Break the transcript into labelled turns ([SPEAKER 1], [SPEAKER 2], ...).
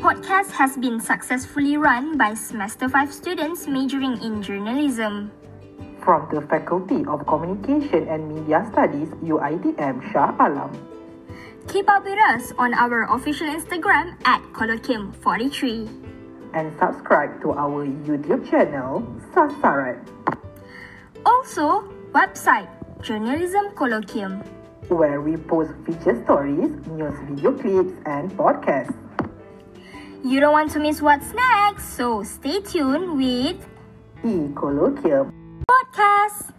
[SPEAKER 1] podcast has been successfully run by Semester 5 students majoring in journalism.
[SPEAKER 2] From the Faculty of Communication and Media Studies, UITM Shah Alam.
[SPEAKER 1] Keep up with us on our official Instagram at Coloquium43
[SPEAKER 2] And subscribe to our YouTube channel, Sasaret,
[SPEAKER 1] Also, website Journalism Colloquium.
[SPEAKER 2] where we post feature stories, news video clips, and podcasts.
[SPEAKER 1] You don't want to miss what's next, so stay tuned with
[SPEAKER 2] E-Colloquium.
[SPEAKER 1] podcasts.